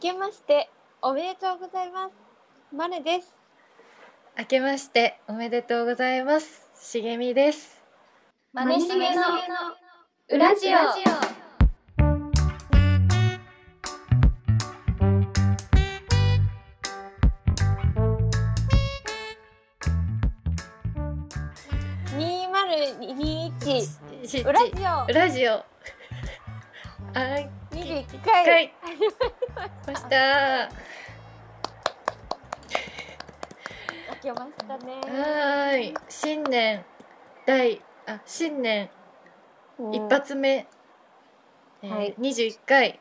けましておめでとうございます。マネです。明けましておめでとうございます。しげみです。マネしげの裏ジオ。 2021ち裏ジオ裏ジオ。あ、 21一回回。 ました。開けましたね。はーい、新年第あ新年うん一発目。えはいー、二十一回。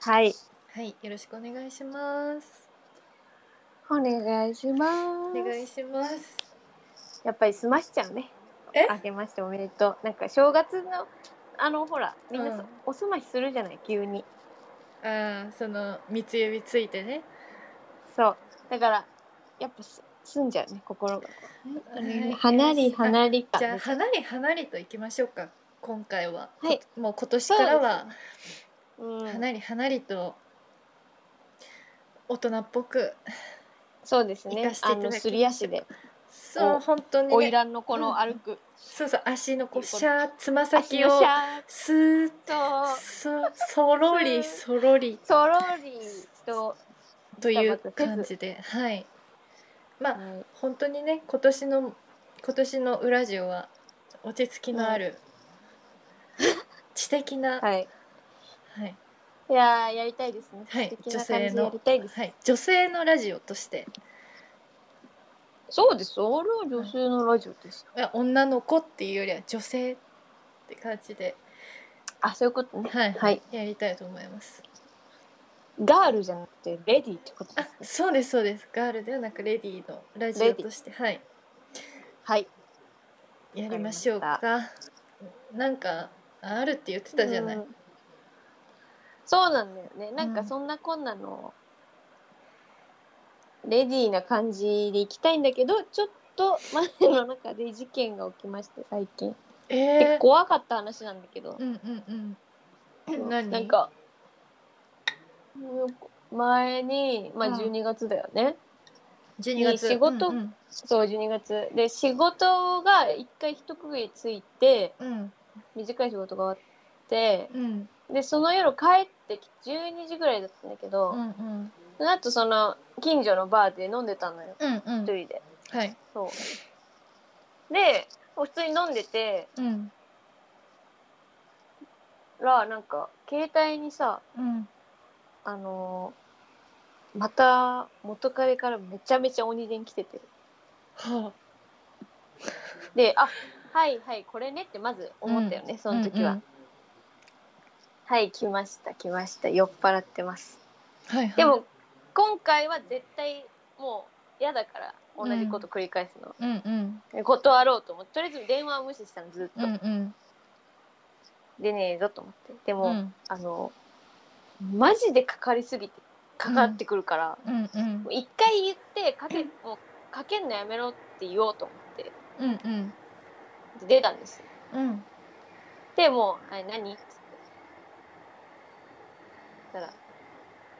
はい。はい、よろしくお願いします。お願いします。お願いします。やっぱり済ましちゃうね。え明けましておめでとう。なんか正月のあのほらみんなそ、うんおすましするじゃない急に。ああ、その三つ指ついてね。そうだからやっぱす済んじゃうね心が。はい離り離りじゃ感あです。離れ離れといきましょうか今回は、はいこもう今年からはうん離れ離れと大人っぽくそうです行ねかせ。ていあただのきましょうすり足で、そうお本当に、おいね、らんのこの歩くそうそう足のこういいことシャーつま足先のをシャースーッとそそろりスそろりそろりと、という深く感じではいまあはい本当にね今年の今年のウラジオは落ち着きのある、知的な、はい。はい、いやーやりたいですね。はい素敵な女感性じでやのりたいです。はい、女性のラジオとしてそうです。オール女性のラジオですよ。いや女の子っていうよりは女性って感じで、あ、そういうことね。はいはい。やりたいと思いますガールじゃなくてレディーってことであすね。そうですそうですガールではなくレディーのラジレオディとしてはいはい。やりましょうかなんかあるって言ってたじゃない、うんそうなんだよね。なんかうんそんなこんなの、レディーな感じで行きたいんだけど、ちょっと前の中で事件が起きまして、最近。えでー、怖かった話なんだけどう、んうんうん何なんか、前に、まあうん12月だよね。 12月仕事うんそう、12月。で、仕事が一回一区切りついて、うん短い仕事が終わって、うんで、その夜帰ってきて、12時ぐらいだったんだけど、うんうんその後その近所のバーで飲んでたのようんうん一人ではいそうで普通に飲んでてうんらなんか携帯にさうんあのーまた元彼からめちゃめちゃ鬼電来ててはであはいはいこれねってまず思ったよね、あその時は、うんうんはい来ました来ました酔っ払ってますはいはいでも今回は絶対もう嫌だから同じこと繰り返すの、うんうん断ろうと思ってとりあえず電話は無視したのずっと、うんうん出ねえぞと思ってでも、うんあのマジでかかりすぎてかかってくるから、うんうんもう一回言ってかけもうかけんのやめろって言おうと思ってうんうんで出たんですうんでもう「はい何?」っつってそしたら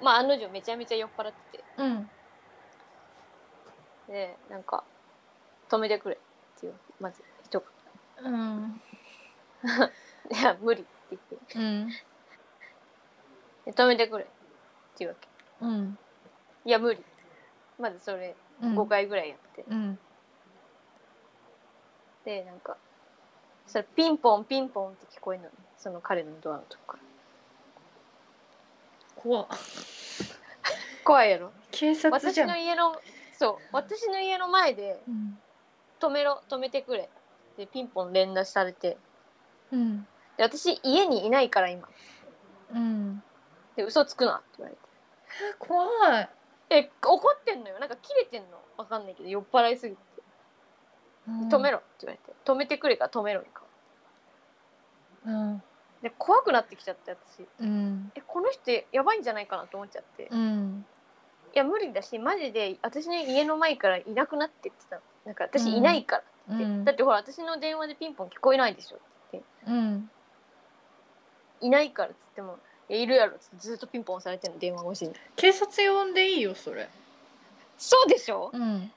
まあ案の定めちゃめちゃ酔っ払っててうんでなんか「止めてくれ」っていうまず一うん言「いや無理」って言ってうんで「止めてくれ」っていうわけうん「いや無理」まずそれうん5回ぐらいやって、うんでなんかそれピンポンピンポンって聞こえるのねその彼のドアのとこから怖っ怖いやろ警察私じゃのん家のそう私の家の前でうん「止めろ止めてくれ」でピンポン連打されてうんで私家にいないから今うんで嘘つくなって言われてえ怖いえ怒ってんのよなんか切れてんのわかんないけど酔っ払いすぎて「止めろ」ろって言われて「止めてくれ」か「止めろ」かうんで怖くなってきちゃって私うんえこの人やばいんじゃないかなと思っちゃってうんいや無理だしマジで私の家の前からいなくなってって言ってたのなんか私いないからうって、んだってほら私の電話でピンポン聞こえないでしょうんいないからっつってもやいるやろずっとピンポン押されてるの電話越しに警察呼んでいいよそれそうでしょうん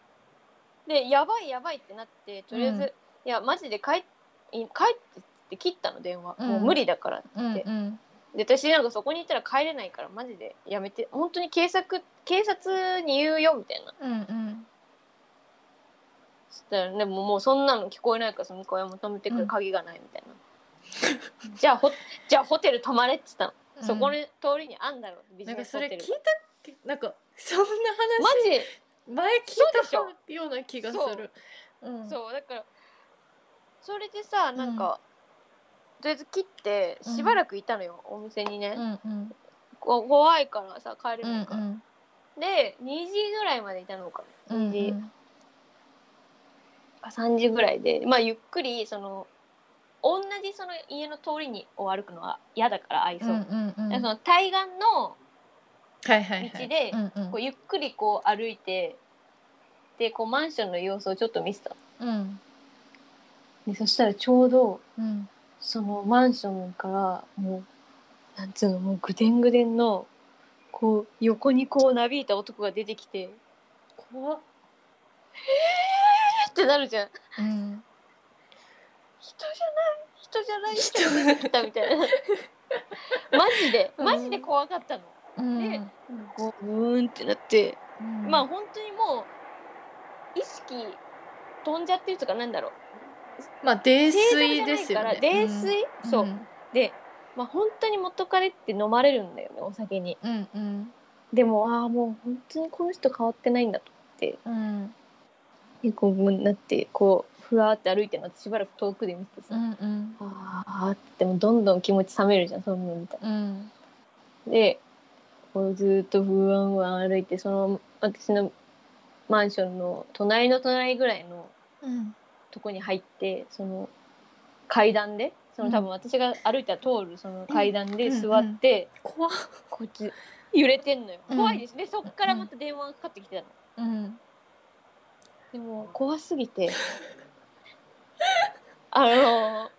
でやばいやばいってなってとりあえず、うんいやマジで帰っい帰ってって切ったの電話、うんもう無理だからうんでうんで私なんかそこに行ったら帰れないからマジでやめて本当に警察警察に言うよみたいなうんうんそしたらでももうそんなの聞こえないからその子は求めてくうるん鍵がないみたいな、 じゃあホじゃあホテル泊まれっつったの、そこの通りにあんだろビなジんかネスそホれテ聞いルたけなんかそんな話マジ前聞いたような気がすそうでる。うんそうだからそれでさなんか、とりあえず切ってしばらくいたのよ、お店にね、うんうんこ怖いからさ帰れうんないから、で2時ぐらいまでいたのかなうん2時か3時ぐらいでまあゆっくりその同じその家の通りにを歩くのは嫌だから愛想、うんだかうんうらんその対岸のはいはいは道いでうんうんこうゆっくりこう歩いてでこうマンションの様子をちょっと見せたのうんでそしたらちょうどうんそのマンションからもうなんつうのもうぐでんぐでんのこう横にこうなびいた男が出てきて「怖っえっ!」てなるじゃんうん人じゃない人じゃない人が出てきたみたいなマジでうんマジで怖かったの、うんでこううーんってなって、うんまあ本当にもう意識飛んじゃってるとかなんだろうまあ泥酔ですよね。正常じゃないから泥酔、うんそううんでまあ本当に元彼って飲まれるんだよねお酒にうんうんでもああもう本当にこの人変わってないんだとうんでこうなってこうふわーって歩いてるのしばらく遠くで見てうさ、んうんああってもうどんどん気持ち冷めるじゃんそんなの見たらうんでこうずーっと不安不安歩いてその私のマンションの隣の隣ぐらいのうんとこに入ってその階段でその多分私が歩いたら通るその階段で座って、怖っこっち揺れてんのようん怖いですねそっからまた電話がかかってきてたのうんでも怖すぎ てあの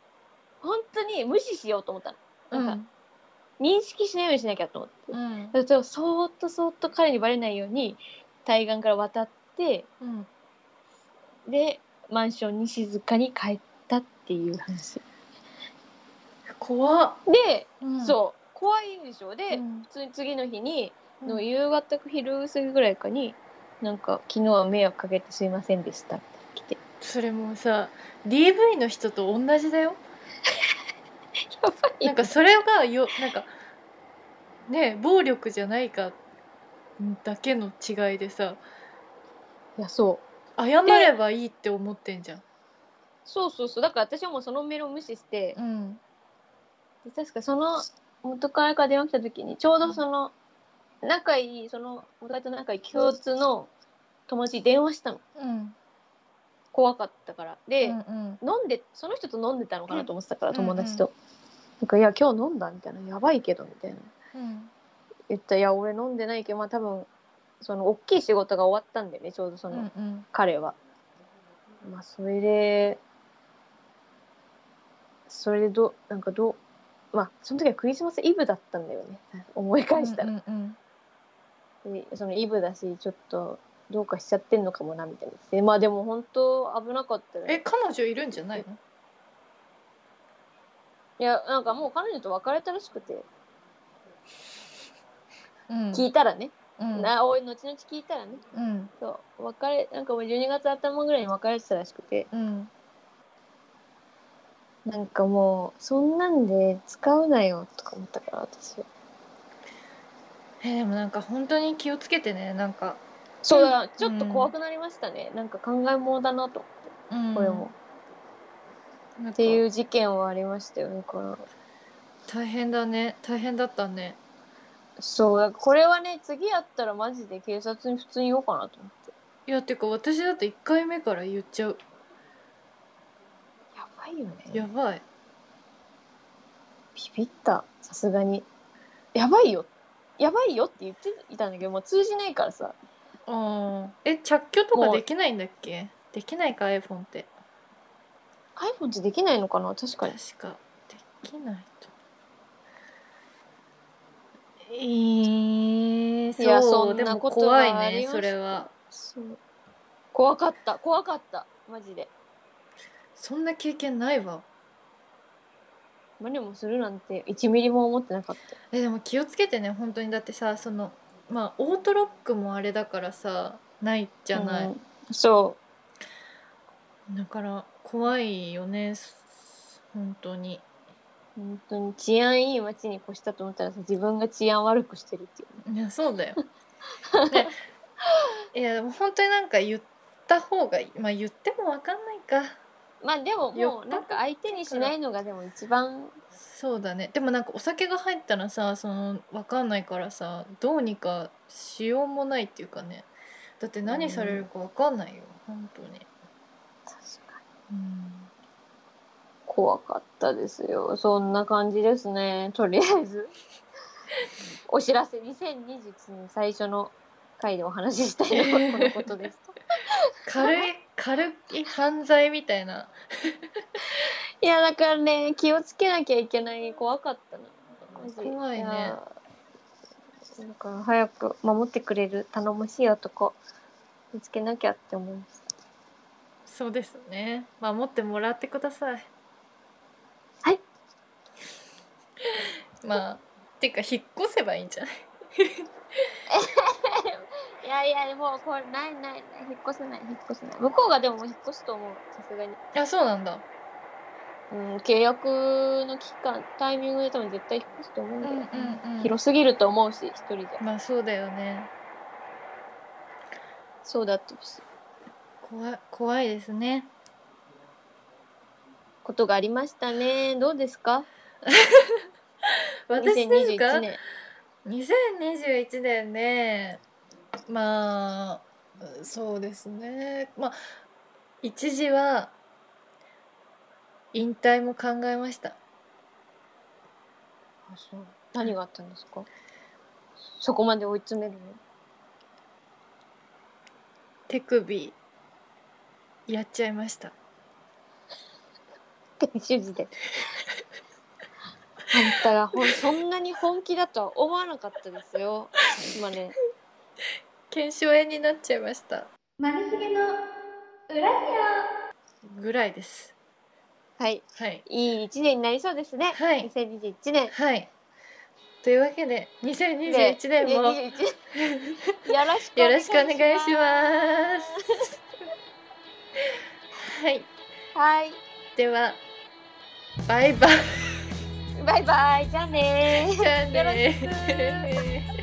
本当に無視しようと思ったのなんか、認識しないようにしなきゃと思って。うんそれとそーっとそーっと彼にバレないように対岸から渡ってうんでマンションに静かに帰ったっていう話怖っで、うんそう怖いでしょで、うん普通に次の日にうんの夕方か昼過ぎぐらいかになんか昨日は迷惑かけてすいませんでしたって来てそれもうさ DV の人と同じだよ。やばいなんかそれがよなんかね暴力じゃないかだけの違いでさいやそう謝ればいいって思ってんじゃん。そうそうそうだから私はもうそのメールを無視してうんで確かその元彼から電話来た時にちょうどその仲いいその元彼と仲いい共通の友達に電話したのうん怖かったからで、うんうん飲んでその人と飲んでたのかなと思ってたから、うん友達と、なんか「いや今日飲んだ」みたいな「やばいけど」みたいなうん言ったら「いや俺飲んでないけどまあ多分その大きい仕事が終わったんだよねちょうどその、うん彼は」まあそれでそれでどなんかどうまあその時はクリスマスイブだったんだよね思い返したら、うんうんでそのイブだしちょっとどうかしちゃってんのかもなみたいなでまあでも本当危なかったよえ彼女いるんじゃないのいやなんかもう彼女と別れたらしくて、うん聞いたらね、うんなおい後々聞いたらねうんそう別れなんかもう12月頭ぐらいに別れてたらしくてうんなんかもうそんなんで使うなよとか思ったから私えでもなんか本当に気をつけてねなんか、そうだちょっと怖くなりましたね、なんか考えものだなとうんこれも、なんかっていう事件はありましたよだから大変だね大変だったねそうだからこれはね次やったらマジで警察に普通に言おうかなと思っていやてか私だって1回目から言っちゃうやばいよねやばいビビったさすがにやばいよやばいよって言っていたんだけどもう通じないからさあーえ着去とかもうできないんだっけできないか iPhone って iPhone ってできないのかな確かに確かできないとえー、そういやそんでなもことが怖いありまねしたそれはそう怖かった怖かったマジでそんな経験ないわ何もするなんて1ミリも思ってなかったえでも気をつけてね本当にだってさそのまあオートロックもあれだからさないじゃない、うんそだから怖いよねそ本当にう本当に治安いい街に越したと思ったらさ自分が治安悪くしてるっていういやそうだよねいやでも本当になんか言った方がいいまあ言っても分かんないかまあでももよっぽうどなんか相手にしないのがでも一番そうだねでもなんかお酒が入ったらさその分かんないからさどうにかしようもないっていうかねだって何されるか分かんないよ、本当に、うん、怖かったですよそんな感じですねとりあえ ずお知らせ2021年最初の回でお話ししたいのはこのことです軽い軽い犯罪みたいないやだからね気をつけなきゃいけない怖かったなマジ怖いねやなんか早く守ってくれる頼もしい男見つけなきゃって思いますそうですね守ってもらってくださいはい まあてか引っ越せばいいんじゃないいやいやもうこれないないない引っ越せない引っ越せない向こうがでももう引っ越すと思うさすがにあそうなんだうん、契約の期間、タイミングで多分絶対引っ越すと思うんだよ、ねうんうんうん広すぎると思うし、一人じゃ。まあそうだよねそうだってほしい怖い怖いですねことがありましたね。どうですか私ですか ?2021 年。 2021年ねまあうそうですねまあ一時は引退も考えましたあそう何があったんですかそこまで追い詰めるの 手首やっちゃいました手術で。あんたがほんそんなに本気だとは思わなかったですよ。今ね。腱鞘炎になっちゃいましたマルヒゲの裏ジぐらいですはい。はいいい一年になりそうですね。はい2021年。はいというわけで2021年もよで2021 よろしくお願ろいししくおま願いす。しますはいはい。ではバイバイバイバイ。じゃあねー。じゃあねよろしく ー